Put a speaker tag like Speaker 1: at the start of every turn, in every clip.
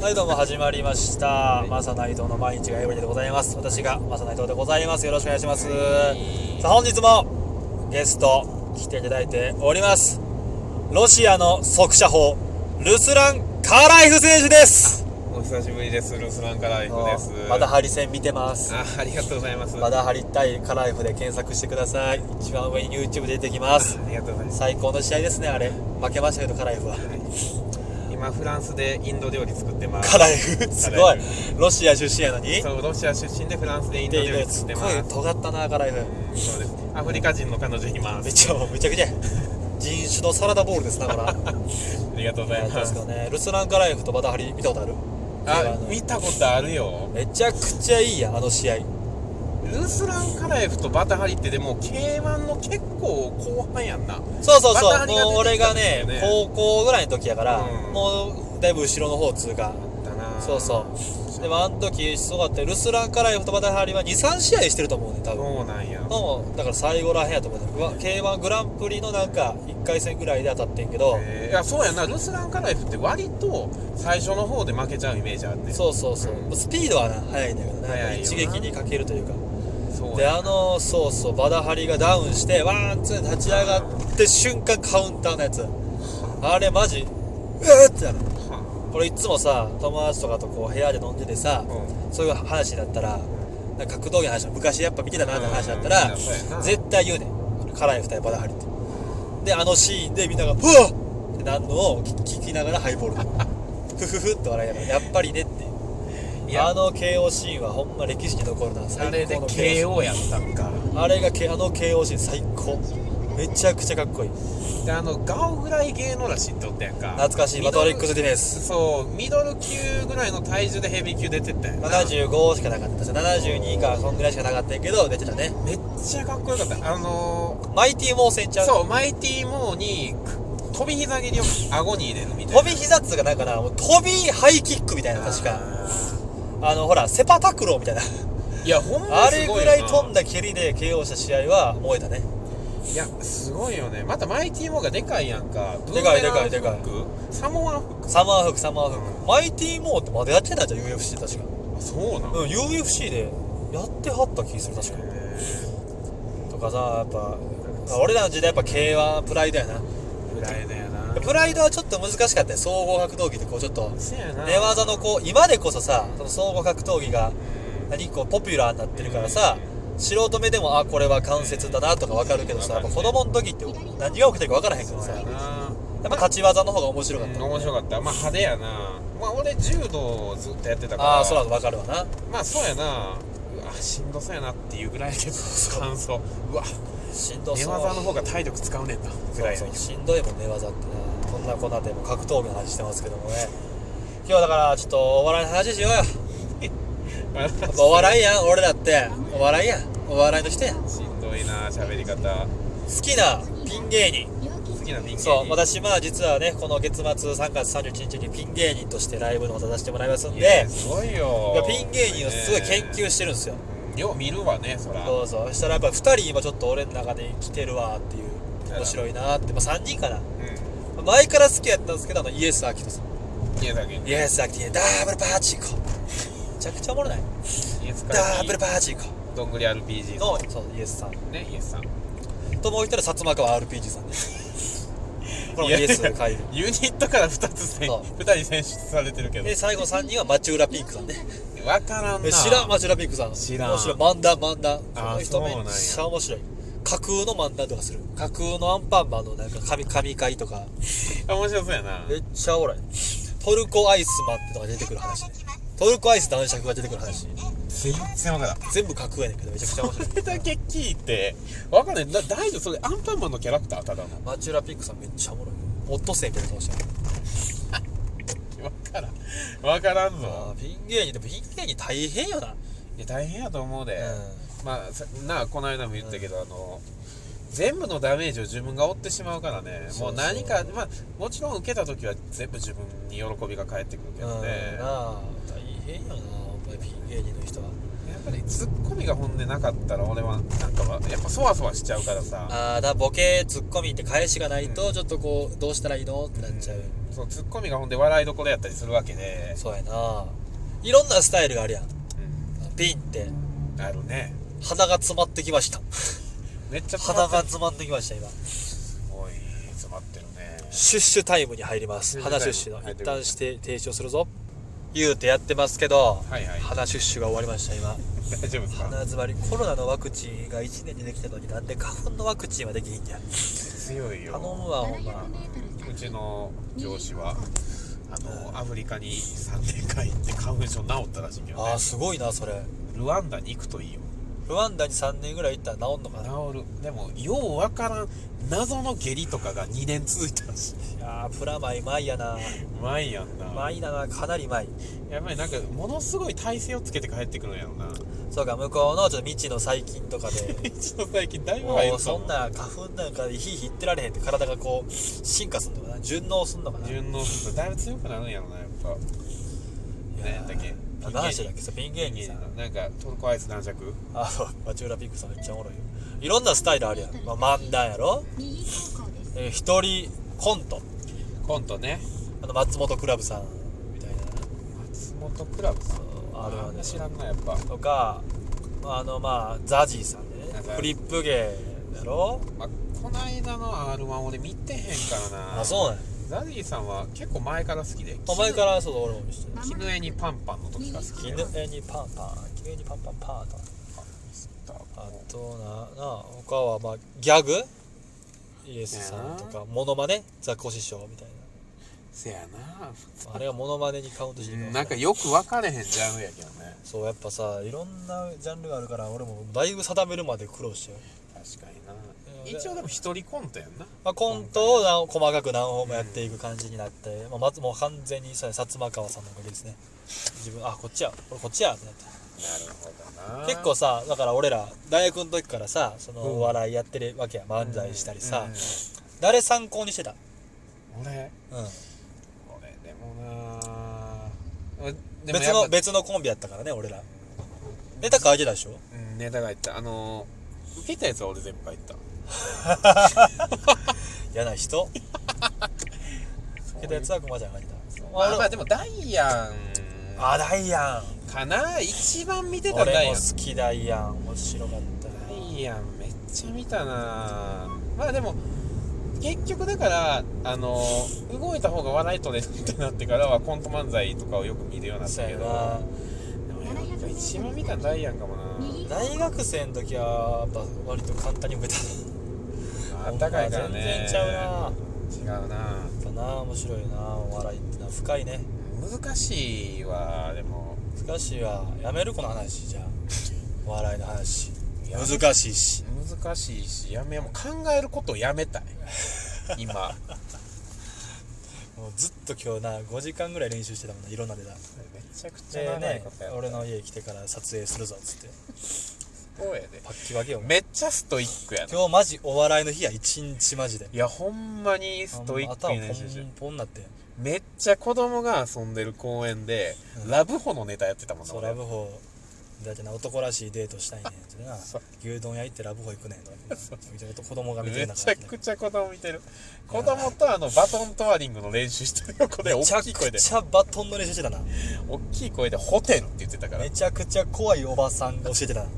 Speaker 1: はいどうも始まりました。マサナイトの毎日がエブリィでございます。私がマサナイトでございます。よろしくお願いします。さあ本日もゲスト来ていただいております。ロシアの速射砲ルスランカーライフ選手です。
Speaker 2: お久しぶりです。ルスランカライフです。
Speaker 1: まだハリ戦見てます。
Speaker 2: あ、ありがとうございます。
Speaker 1: まだハリ対カーライフで検索してください。一番上に YouTube 出てきます。
Speaker 2: ありがとうございます。
Speaker 1: 最高の試合ですねあれ。負けましたけどカーライフは。
Speaker 2: 今フランスでインド料理作ってます。
Speaker 1: カーライフすごい。ロシア出身やのに。
Speaker 2: そう、ロシア出身でフランスでインド
Speaker 1: で
Speaker 2: 料理
Speaker 1: す
Speaker 2: 作
Speaker 1: っ
Speaker 2: って
Speaker 1: ごい
Speaker 2: ます。
Speaker 1: 尖ったなカーライフ。
Speaker 2: うんそうです。アフリカ人の彼女いま
Speaker 1: め
Speaker 2: す。
Speaker 1: ちゃもうめちゃくちゃや人種のサラダボールですだから
Speaker 2: ありがとうござい
Speaker 1: で
Speaker 2: ますす
Speaker 1: け。どねルスランカライフとバタハリ見たことある
Speaker 2: あ、見たことあるよ。
Speaker 1: めちゃくちゃいいやんあの試合
Speaker 2: ルスランカライフとバタハリってでも K1 の結構後半やんな。
Speaker 1: そうそうそ
Speaker 2: バタ
Speaker 1: う
Speaker 2: ハリ
Speaker 1: もう
Speaker 2: が出
Speaker 1: 俺
Speaker 2: てきた
Speaker 1: が
Speaker 2: んだ
Speaker 1: ね
Speaker 2: よね
Speaker 1: 高校ぐらいの時やから、
Speaker 2: うん
Speaker 1: もうだいぶ後ろの方通過
Speaker 2: だな。
Speaker 1: そうそうでもあの時すごかったよルスランカライフとバタハリは23試合してると思うね多分
Speaker 2: そうなんや。
Speaker 1: のだから最後らへんやと思うねうわ k 1グランプリのなんか1回戦ぐらいで当たってんけど、
Speaker 2: えーいやそうやなルスランカライフって割と最初の方で負けちゃうイメージあるね
Speaker 1: そうそうそう、
Speaker 2: うん
Speaker 1: スピードはな速いんだけど
Speaker 2: 速
Speaker 1: ね
Speaker 2: いよな
Speaker 1: 一撃にかけるというか
Speaker 2: そう
Speaker 1: で
Speaker 2: や
Speaker 1: あのそうそうバダハリがダウンしてワンツー立ち上がって瞬間カウンターのやつあれマジうーってなる
Speaker 2: は
Speaker 1: これいつもさ友達とかとこう部屋で飲んでてさ
Speaker 2: あうん
Speaker 1: そういう話だったらなんか格闘技の話昔やっぱ見てたなって話だったら
Speaker 2: うんそうやな
Speaker 1: 絶対言うねん辛い二人バダハリってであのシーンでみんなが「うわっ!」ってなるのを聞聞きながらハイボール でふふふって笑いながらやっぱりねって
Speaker 2: いや
Speaker 1: あの KO シーンはほんま歴史に残るな最
Speaker 2: あれで
Speaker 1: 高の KO
Speaker 2: KO やったんか
Speaker 1: あれがけあの KOC 最高めちゃくちゃかっこいい
Speaker 2: であのガオぐらい芸能らしいっておったやんか
Speaker 1: 懐かしいマトリックスディフェンス
Speaker 2: そうミドル級ぐらいの体重でヘビー級出てったやんな
Speaker 1: 75しかなかったし72かそんぐらいしかなかったんやけど出てたね
Speaker 2: めっちゃかっこよかったあの
Speaker 1: マイティモーセンち
Speaker 2: ー、
Speaker 1: ゃん
Speaker 2: そうマイティモーに飛び膝蹴りを顎に入れるみたいな
Speaker 1: 飛び膝っつうかなんかなもう飛びハイキックみたいな確か
Speaker 2: あ
Speaker 1: あのほらセパタクローみたいな
Speaker 2: ーいやほんま
Speaker 1: あ
Speaker 2: す
Speaker 1: れ
Speaker 2: ごい
Speaker 1: ぐ
Speaker 2: よ
Speaker 1: ら
Speaker 2: な
Speaker 1: い飛んだ蹴りで KO した試合は燃えたね
Speaker 2: いやすごいよねまたマイティモーがでかいやんか
Speaker 1: でかいでかい
Speaker 2: ブーメランフックサモアンフック
Speaker 1: サマーフックサマーフック、
Speaker 2: う
Speaker 1: マイティモーってまだやってないじゃん UFC 確か
Speaker 2: あそうなん
Speaker 1: うん UFC でやってはった気する確か
Speaker 2: へー
Speaker 1: とかさやっぱ俺らの時代やっぱ K はプライドやな
Speaker 2: ぐらいだよな
Speaker 1: プライドはちょっと難しかったよ総合格闘技ってこうちょっと
Speaker 2: そうやな
Speaker 1: 寝技のこう今でこそさその総合格闘技が何こうポピュラーになってるからさ素人目でもあこれは関節だなとか分かるけどさやっぱ子供の時って何が起きてるか分からへんから
Speaker 2: そう
Speaker 1: さや
Speaker 2: や
Speaker 1: っ
Speaker 2: な
Speaker 1: ぱ立ち技の方が面白かっ
Speaker 2: うん
Speaker 1: た
Speaker 2: 面白かったまあ派手やなまあ俺柔道をずっとやってたから
Speaker 1: ああそら分かるわな
Speaker 2: まあそうやなうわしんどそうやなっていうぐらいやけど感想うわ
Speaker 1: しんど
Speaker 2: 寝
Speaker 1: そう
Speaker 2: 技の方が体力使うねんなぐらい
Speaker 1: そ
Speaker 2: の
Speaker 1: うそうしんどいもん寝技ってなこんなこんなでも格闘技の話してますけどもね今日はだからちょっとお笑いの話しようよ
Speaker 2: ま
Speaker 1: や
Speaker 2: あ
Speaker 1: っぱお笑いやん俺だってお笑いやんお笑いの人やん好
Speaker 2: しんどいな喋り方
Speaker 1: きなピン芸人
Speaker 2: 好きな人間
Speaker 1: そう私まあ実はねこの月末3月31日にピン芸人としてライブの方出させてもらいますん
Speaker 2: い
Speaker 1: で
Speaker 2: やすごいよ
Speaker 1: いやピン芸人をすごい研究してるんですよ
Speaker 2: うんよう見るわねそら
Speaker 1: どうぞそしたらやっぱ2人今ちょっと俺の中で来てるわっていう面白いなって、まあ、3人かな
Speaker 2: うん
Speaker 1: 前から好きやったんですけどあのイエス・アキトさん
Speaker 2: 家だけに
Speaker 1: イエス・アキトダブルパーチンコめちゃくちゃおもろない
Speaker 2: 家使
Speaker 1: ダ
Speaker 2: い
Speaker 1: ブルパーチンコ
Speaker 2: どんぐり RPG
Speaker 1: のそうイエスさん
Speaker 2: ねイエスさん
Speaker 1: ともう一人薩摩川 RPG さんですこれもイエスの回
Speaker 2: ユニットから2つ選
Speaker 1: そう
Speaker 2: 2人選出されてるけど
Speaker 1: で最後3人は町浦ピンクさんね
Speaker 2: 分からんな
Speaker 1: え知らん町浦ピンクさん
Speaker 2: 知らん
Speaker 1: 面白い漫談漫談こ
Speaker 2: あー
Speaker 1: の人めっ
Speaker 2: そう
Speaker 1: ち
Speaker 2: な
Speaker 1: ゃ面白い架空の漫談とかする架空のアンパンマンのなんか神神回とか
Speaker 2: 面白そうやな
Speaker 1: めっちゃおもろいトルコアイスマンってのが出てくる話ねトルコアイス男爵が出てくる話
Speaker 2: 全然分からん
Speaker 1: 全部架空やねんけどめちゃくちゃ面白い
Speaker 2: それだけ聞いて分かんないだ大丈夫それアンパンマンのキャラクターただの
Speaker 1: マチュラピンクさんめっちゃおもろいオットセイみたいな顔してる
Speaker 2: 分からん分からん
Speaker 1: あ
Speaker 2: ぞ
Speaker 1: ーピン芸人でもピン芸人大変よな、
Speaker 2: いや大変やと思うで、
Speaker 1: う
Speaker 2: まあさなあこの間も言ったけど、あの全部のダメージを自分が負ってしまうからね
Speaker 1: そうそう
Speaker 2: もう何かまあもちろん受けた時は全部自分に喜びが返ってくるけ
Speaker 1: ん
Speaker 2: どね
Speaker 1: うんなあ大変やなやっぱりピン芸人の人は
Speaker 2: やっぱりツッコミが本音なかったら俺はなんかはやっぱそわそわしちゃうからさ
Speaker 1: ああだからボケツッコミって返しがないとちょっとこうどうしたらいいのってなっちゃう、
Speaker 2: うんそうツッコミがほんで笑いどころやったりするわけで、
Speaker 1: そうやないろんなスタイルがあるやんピンって
Speaker 2: うん、あるね
Speaker 1: 鼻が詰まってきま した
Speaker 2: めっちゃ詰
Speaker 1: 鼻
Speaker 2: まって
Speaker 1: が
Speaker 2: る
Speaker 1: 詰まってきました今
Speaker 2: すごい詰まってるね
Speaker 1: シュッシュタイムに入ります
Speaker 2: シュッ
Speaker 1: 鼻
Speaker 2: シュタイム
Speaker 1: シュッシュの
Speaker 2: 入って
Speaker 1: 一
Speaker 2: くる
Speaker 1: 旦して停止をするぞ言うてやってますけど
Speaker 2: はいはい
Speaker 1: 鼻シュッシュが終わりました今
Speaker 2: 大丈夫です
Speaker 1: 鼻
Speaker 2: か
Speaker 1: 詰まりコロナのワクチンが1年でできたのになんで花粉のワクチンはできひんや
Speaker 2: 強い
Speaker 1: 頼む
Speaker 2: よ
Speaker 1: わほんま
Speaker 2: う
Speaker 3: う
Speaker 2: ち
Speaker 3: ち
Speaker 2: の上
Speaker 3: 上
Speaker 2: 司
Speaker 3: 司
Speaker 2: は
Speaker 3: は
Speaker 2: あのアフリカに3年間行って花粉症治ったらしいけど
Speaker 1: あ
Speaker 2: ね
Speaker 1: あすごいなそれ
Speaker 2: ルワンダに行くといいよ
Speaker 1: ルワンダに3年ぐらい行ったら治んのかな
Speaker 2: 治るでもようわからん謎の下痢とかが2年続いたらしい
Speaker 1: いやープラマイマイやな
Speaker 2: うまいやんな
Speaker 1: マイだなかなりマイ
Speaker 2: やっぱりなんかものすごい体勢をつけて帰ってくるんや ろな
Speaker 1: そうか向こうのちょっと未知の細菌とか で
Speaker 2: 一度最近だいぶ入る
Speaker 1: も
Speaker 2: か
Speaker 1: うそんな花粉なんかでヒーヒー言ってられへんって体がこう進化するのかな順応するのかな
Speaker 2: 順応するとだいぶ強くなるんやろなやっぱ
Speaker 1: いやー
Speaker 2: 何やったっけ
Speaker 1: あ何してたっけそうピン芸人
Speaker 2: 人
Speaker 1: さん
Speaker 2: なんかトルコアイス男爵
Speaker 1: あそう町浦ピンクさんめっちゃおもろいよいろんなスタイルあるやん、まあ、漫談やろ、
Speaker 3: 右方向です
Speaker 1: えー一人コント
Speaker 2: コントね
Speaker 1: あの松本クラブさんみたいな
Speaker 2: 松本クラブさん
Speaker 1: あるある
Speaker 2: 知らんなやっぱ、
Speaker 1: とかあのまあザジーさんで
Speaker 2: なん
Speaker 1: ね
Speaker 2: か
Speaker 1: フリップ芸やろ
Speaker 2: まあ、こないだの r 1俺見てへんからな
Speaker 1: あそうなんや
Speaker 2: ザディさんは結構前から好きで
Speaker 1: お前からそうだ俺も見せて
Speaker 2: 絹枝にパンパンの時が好き
Speaker 1: 絹
Speaker 2: で
Speaker 1: 枝にパンパン絹枝にパンパンパンとあ
Speaker 2: あ
Speaker 1: とななあ他はまあギャグイエスさんとかモノマネザコシショウみたい
Speaker 2: せやな
Speaker 1: なあれがモノマネにカウントしていいわ
Speaker 2: なんかよく分かれへんジャンルやけどね
Speaker 1: そうやっぱさいろんなジャンルがあるから俺もだいぶ定めるまで苦労してる、
Speaker 2: 確かにな
Speaker 1: うん
Speaker 2: 一応でも一人コントやんな
Speaker 1: まあ、コントを何細かく何本もやっていく感じになって、まあ、まずもう完全にそうや薩摩川さんのおかげですね自分あこっちや俺こっちやってなって
Speaker 2: るほどな
Speaker 1: 結構さだから俺ら大学の時からさその
Speaker 2: うん
Speaker 1: お笑いやってるわけや漫才したりさ、
Speaker 2: うん
Speaker 1: 誰参考にしてた、
Speaker 2: 俺
Speaker 1: うん、
Speaker 2: 俺でもなでも
Speaker 1: 別
Speaker 2: やっ
Speaker 1: の
Speaker 2: ぱ
Speaker 1: 別のコンビやったからね俺らネタ書いてたでしょ
Speaker 2: うんネタが言ったあのー受けたやつは俺全部書いた
Speaker 1: 嫌な人受けたやつは駒ちゃんが書いて
Speaker 2: ま
Speaker 1: たあ
Speaker 2: あ、まあでもダイアン
Speaker 1: あダイアン
Speaker 2: かな一番見てた
Speaker 1: 俺
Speaker 2: ダイ
Speaker 1: も
Speaker 2: アン
Speaker 1: 好きダイアン面白かったな
Speaker 2: ダイアンめっちゃ見たなまあでも結局だからあの動いた方が笑い取れるってなってからはコント漫才とかをよく見るようになっ
Speaker 1: そ
Speaker 2: た
Speaker 1: う
Speaker 2: け
Speaker 1: や
Speaker 2: ど
Speaker 1: な
Speaker 2: でもやっぱ一番見たのダイアンかもな
Speaker 3: 右方
Speaker 1: 大学生の時はやっぱ割と簡単に受け
Speaker 2: あったかいからね
Speaker 1: 全然ちゃう
Speaker 2: な違うな
Speaker 1: たやっぱな面白いなお笑いってな深いね
Speaker 2: 難しいわでも
Speaker 1: 難しいわやめるこの話 じゃあお笑いの話難しいし
Speaker 2: 難しいしやめもう考えることをやめたい今
Speaker 1: もうずっと今日な5時間ぐらい練習してたもんないろんなネタ
Speaker 2: めちゃくちゃ
Speaker 1: で
Speaker 2: 長い
Speaker 1: ね
Speaker 2: ことやった、
Speaker 1: 俺の家来てから撮影するぞっつって
Speaker 2: そうやで
Speaker 1: パッキ分けよ
Speaker 2: めっちゃストイックやな
Speaker 1: 今日マジお笑いの日や一日マジで
Speaker 2: いやほんまにストイック
Speaker 1: 頭
Speaker 2: に
Speaker 1: ポ
Speaker 2: 練習してる
Speaker 1: ンポンなって
Speaker 2: めっちゃ子供が遊んでる公園で、ラブホのネタやってたもんな
Speaker 1: そう
Speaker 2: 俺
Speaker 1: ラブホだってな男らしいデートしたいねんってな
Speaker 2: そう
Speaker 1: 牛丼屋行ってラブホ行くねんとか言ってな子供が見て
Speaker 2: め
Speaker 1: る中
Speaker 2: ちゃくちゃ子供見てる子供とあのバトントワリングの練習してる横で
Speaker 1: めちゃ
Speaker 2: 大きい声
Speaker 1: く
Speaker 2: で
Speaker 1: ちゃバトンの練習してたな
Speaker 2: 大きい声でホテルって言ってたから
Speaker 1: めちゃくちゃ怖いおばさんが教えてたな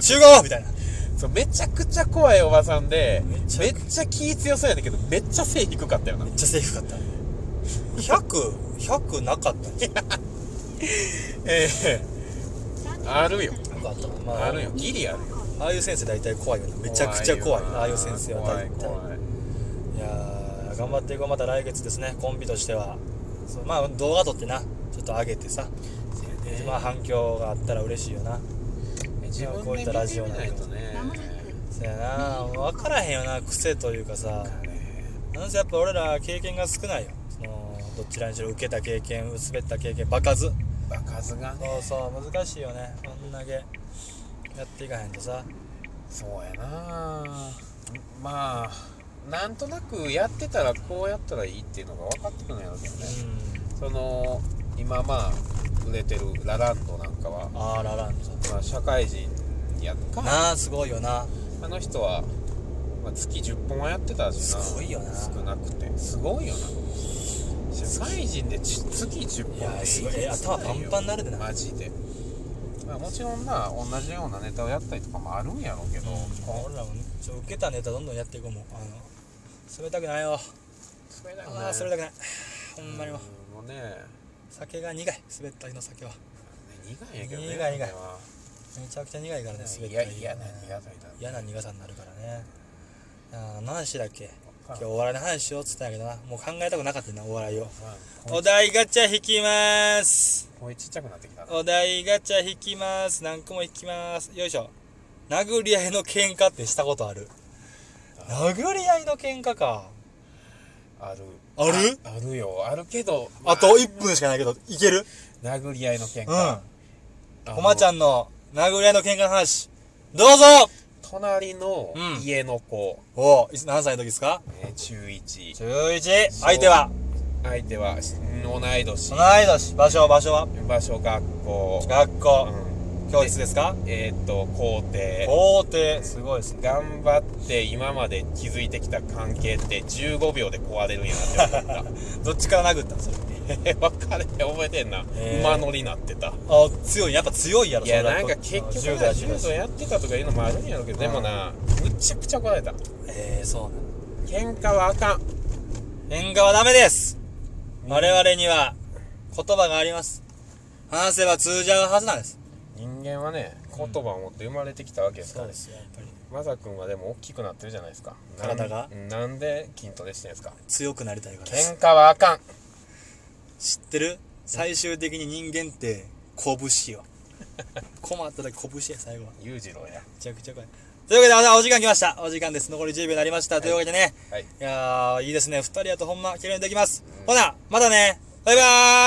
Speaker 2: ち
Speaker 1: 集合みたいな
Speaker 2: そうめちゃくちゃ怖いおばさんで
Speaker 1: めちゃ
Speaker 2: めっちゃ気強そうやねんけどめっちゃ背低かったよな
Speaker 1: めっちゃセーフかった100 100なかったんちゃ
Speaker 2: ええあるよ
Speaker 1: うかあったもんまあ
Speaker 2: あるよギリあるよ
Speaker 1: ああいう先生大体怖いよなめちゃくちゃ怖い
Speaker 2: よな
Speaker 1: ああいう先生は
Speaker 2: 怖
Speaker 1: 大
Speaker 2: い
Speaker 1: 体
Speaker 2: 怖い
Speaker 1: いやー頑張っていこうまた来月ですねコンビとしてはそうまあ動画撮ってなちょっと上げてさ一番反響があったら嬉しいよな
Speaker 2: 自分
Speaker 1: こうい
Speaker 2: で
Speaker 1: ったラジオ
Speaker 2: 見てみないと
Speaker 3: 間もなく
Speaker 2: ね
Speaker 1: そやな分からへんよな癖というかさなんせやっぱ俺ら経験が少ないよそのどちらにしろ受けた経験滑った経験場数
Speaker 2: 場数がね
Speaker 1: そうそう難しいよねこんだけやっていかへんとさ
Speaker 2: そうやなまあなんとなくやってたらこうやったらいいっていうのが分かってくるんやろうけどね
Speaker 1: う
Speaker 2: その今まあ売れてるラランドなんかは、
Speaker 1: あーラランドさん
Speaker 2: まあ、社会人やんか
Speaker 1: なあすごいよな
Speaker 2: あの人は、まあ、月10本はやってたしな
Speaker 1: すごいよな
Speaker 2: 少なくてすごいよな社会人でち月10本
Speaker 1: いや
Speaker 2: って
Speaker 1: すごい
Speaker 2: えげつな
Speaker 1: 頭パンパンになるでな
Speaker 2: マジで、まあ、もちろんな同じようなネタをやったりとかもあるんやろうけど、
Speaker 1: 俺らもねちょ受けたネタどんどんやっていこうもうあの滑りたくないよ
Speaker 2: それだ
Speaker 1: あ
Speaker 2: よね
Speaker 1: あ滑りたくないほんまにもう
Speaker 2: うんもうね
Speaker 1: 酒が苦い滑った日の酒は
Speaker 2: 苦いんやけどね
Speaker 1: 苦い苦い
Speaker 2: あれは
Speaker 1: めちゃくちゃ苦いからね滑
Speaker 2: い
Speaker 1: った
Speaker 2: や
Speaker 1: 日
Speaker 2: 嫌な苦手だ
Speaker 1: 嫌な苦さになるからねあー何話だっけ
Speaker 2: わ
Speaker 1: 今
Speaker 2: か
Speaker 1: 日
Speaker 2: らん
Speaker 1: お笑いの話しようっつったんやけどなもう考えたくなかったなお笑いを
Speaker 2: まあ声
Speaker 1: お題ガチャ引きます
Speaker 2: 声ちっちゃくなってきたな
Speaker 1: お題ガチャ引きます何個も引きますよいしょ殴り合いの喧嘩ってしたことある殴り合いの喧嘩か
Speaker 2: ある
Speaker 1: ある
Speaker 2: あるよあるけど
Speaker 1: あと1分しかないけどいける
Speaker 2: 殴り合いの喧
Speaker 1: う
Speaker 2: 嘩
Speaker 1: ん
Speaker 2: あの
Speaker 1: おまちゃんの殴り合いの喧嘩の話どうぞ
Speaker 2: 隣の
Speaker 1: うん
Speaker 2: 家の子、
Speaker 1: おおいつ何歳の時ですか
Speaker 2: ね中1
Speaker 1: 11相手は
Speaker 2: 相手はうん同い年
Speaker 1: 同い年場所は場所は
Speaker 2: 場所学校、
Speaker 1: 学
Speaker 2: う
Speaker 1: 校
Speaker 2: ん、
Speaker 1: 教室ですか
Speaker 2: えーっ、と校庭
Speaker 1: 校庭すごいですね
Speaker 2: 頑張って今まで築いてきた関係って15秒で壊れるんやなって思った
Speaker 1: どっちから殴ったんそれ
Speaker 2: え分かれて覚えてんな、
Speaker 1: へー
Speaker 2: 馬乗りなってた
Speaker 1: あ強いやっぱ強いやろ
Speaker 2: いや
Speaker 1: それは
Speaker 2: なんか結局
Speaker 1: 10
Speaker 2: な
Speaker 1: 代
Speaker 2: 柔
Speaker 1: 10
Speaker 2: 道
Speaker 1: 代
Speaker 2: やってたとかいうのもあるんやろうけどでもなむちゃくちゃ怒られた
Speaker 1: ええそうなの
Speaker 2: 喧嘩はあかん
Speaker 1: 喧嘩はダメです
Speaker 2: うん
Speaker 1: 我々には言葉があります話せば通じ合うはずなんです
Speaker 2: 人間はね言葉を持って生まれてきたわけですから
Speaker 1: すよやっぱり
Speaker 2: マサ君はでも大きくなってるじゃないですかなん
Speaker 1: 体が
Speaker 2: なんで筋トレしてんですか
Speaker 1: 強くなりたいからです
Speaker 2: 喧嘩はあかん
Speaker 1: 知ってる最終的に人間って拳 よ困った時拳や最後は
Speaker 2: 裕次郎や
Speaker 1: めちゃくちゃ怖いというわけでまたお時間来ましたお時間です残り10秒になりました、というわけでね
Speaker 2: はい
Speaker 1: いやーいいですね2人やとほんま綺麗にできます、ほなまたねバイバーイ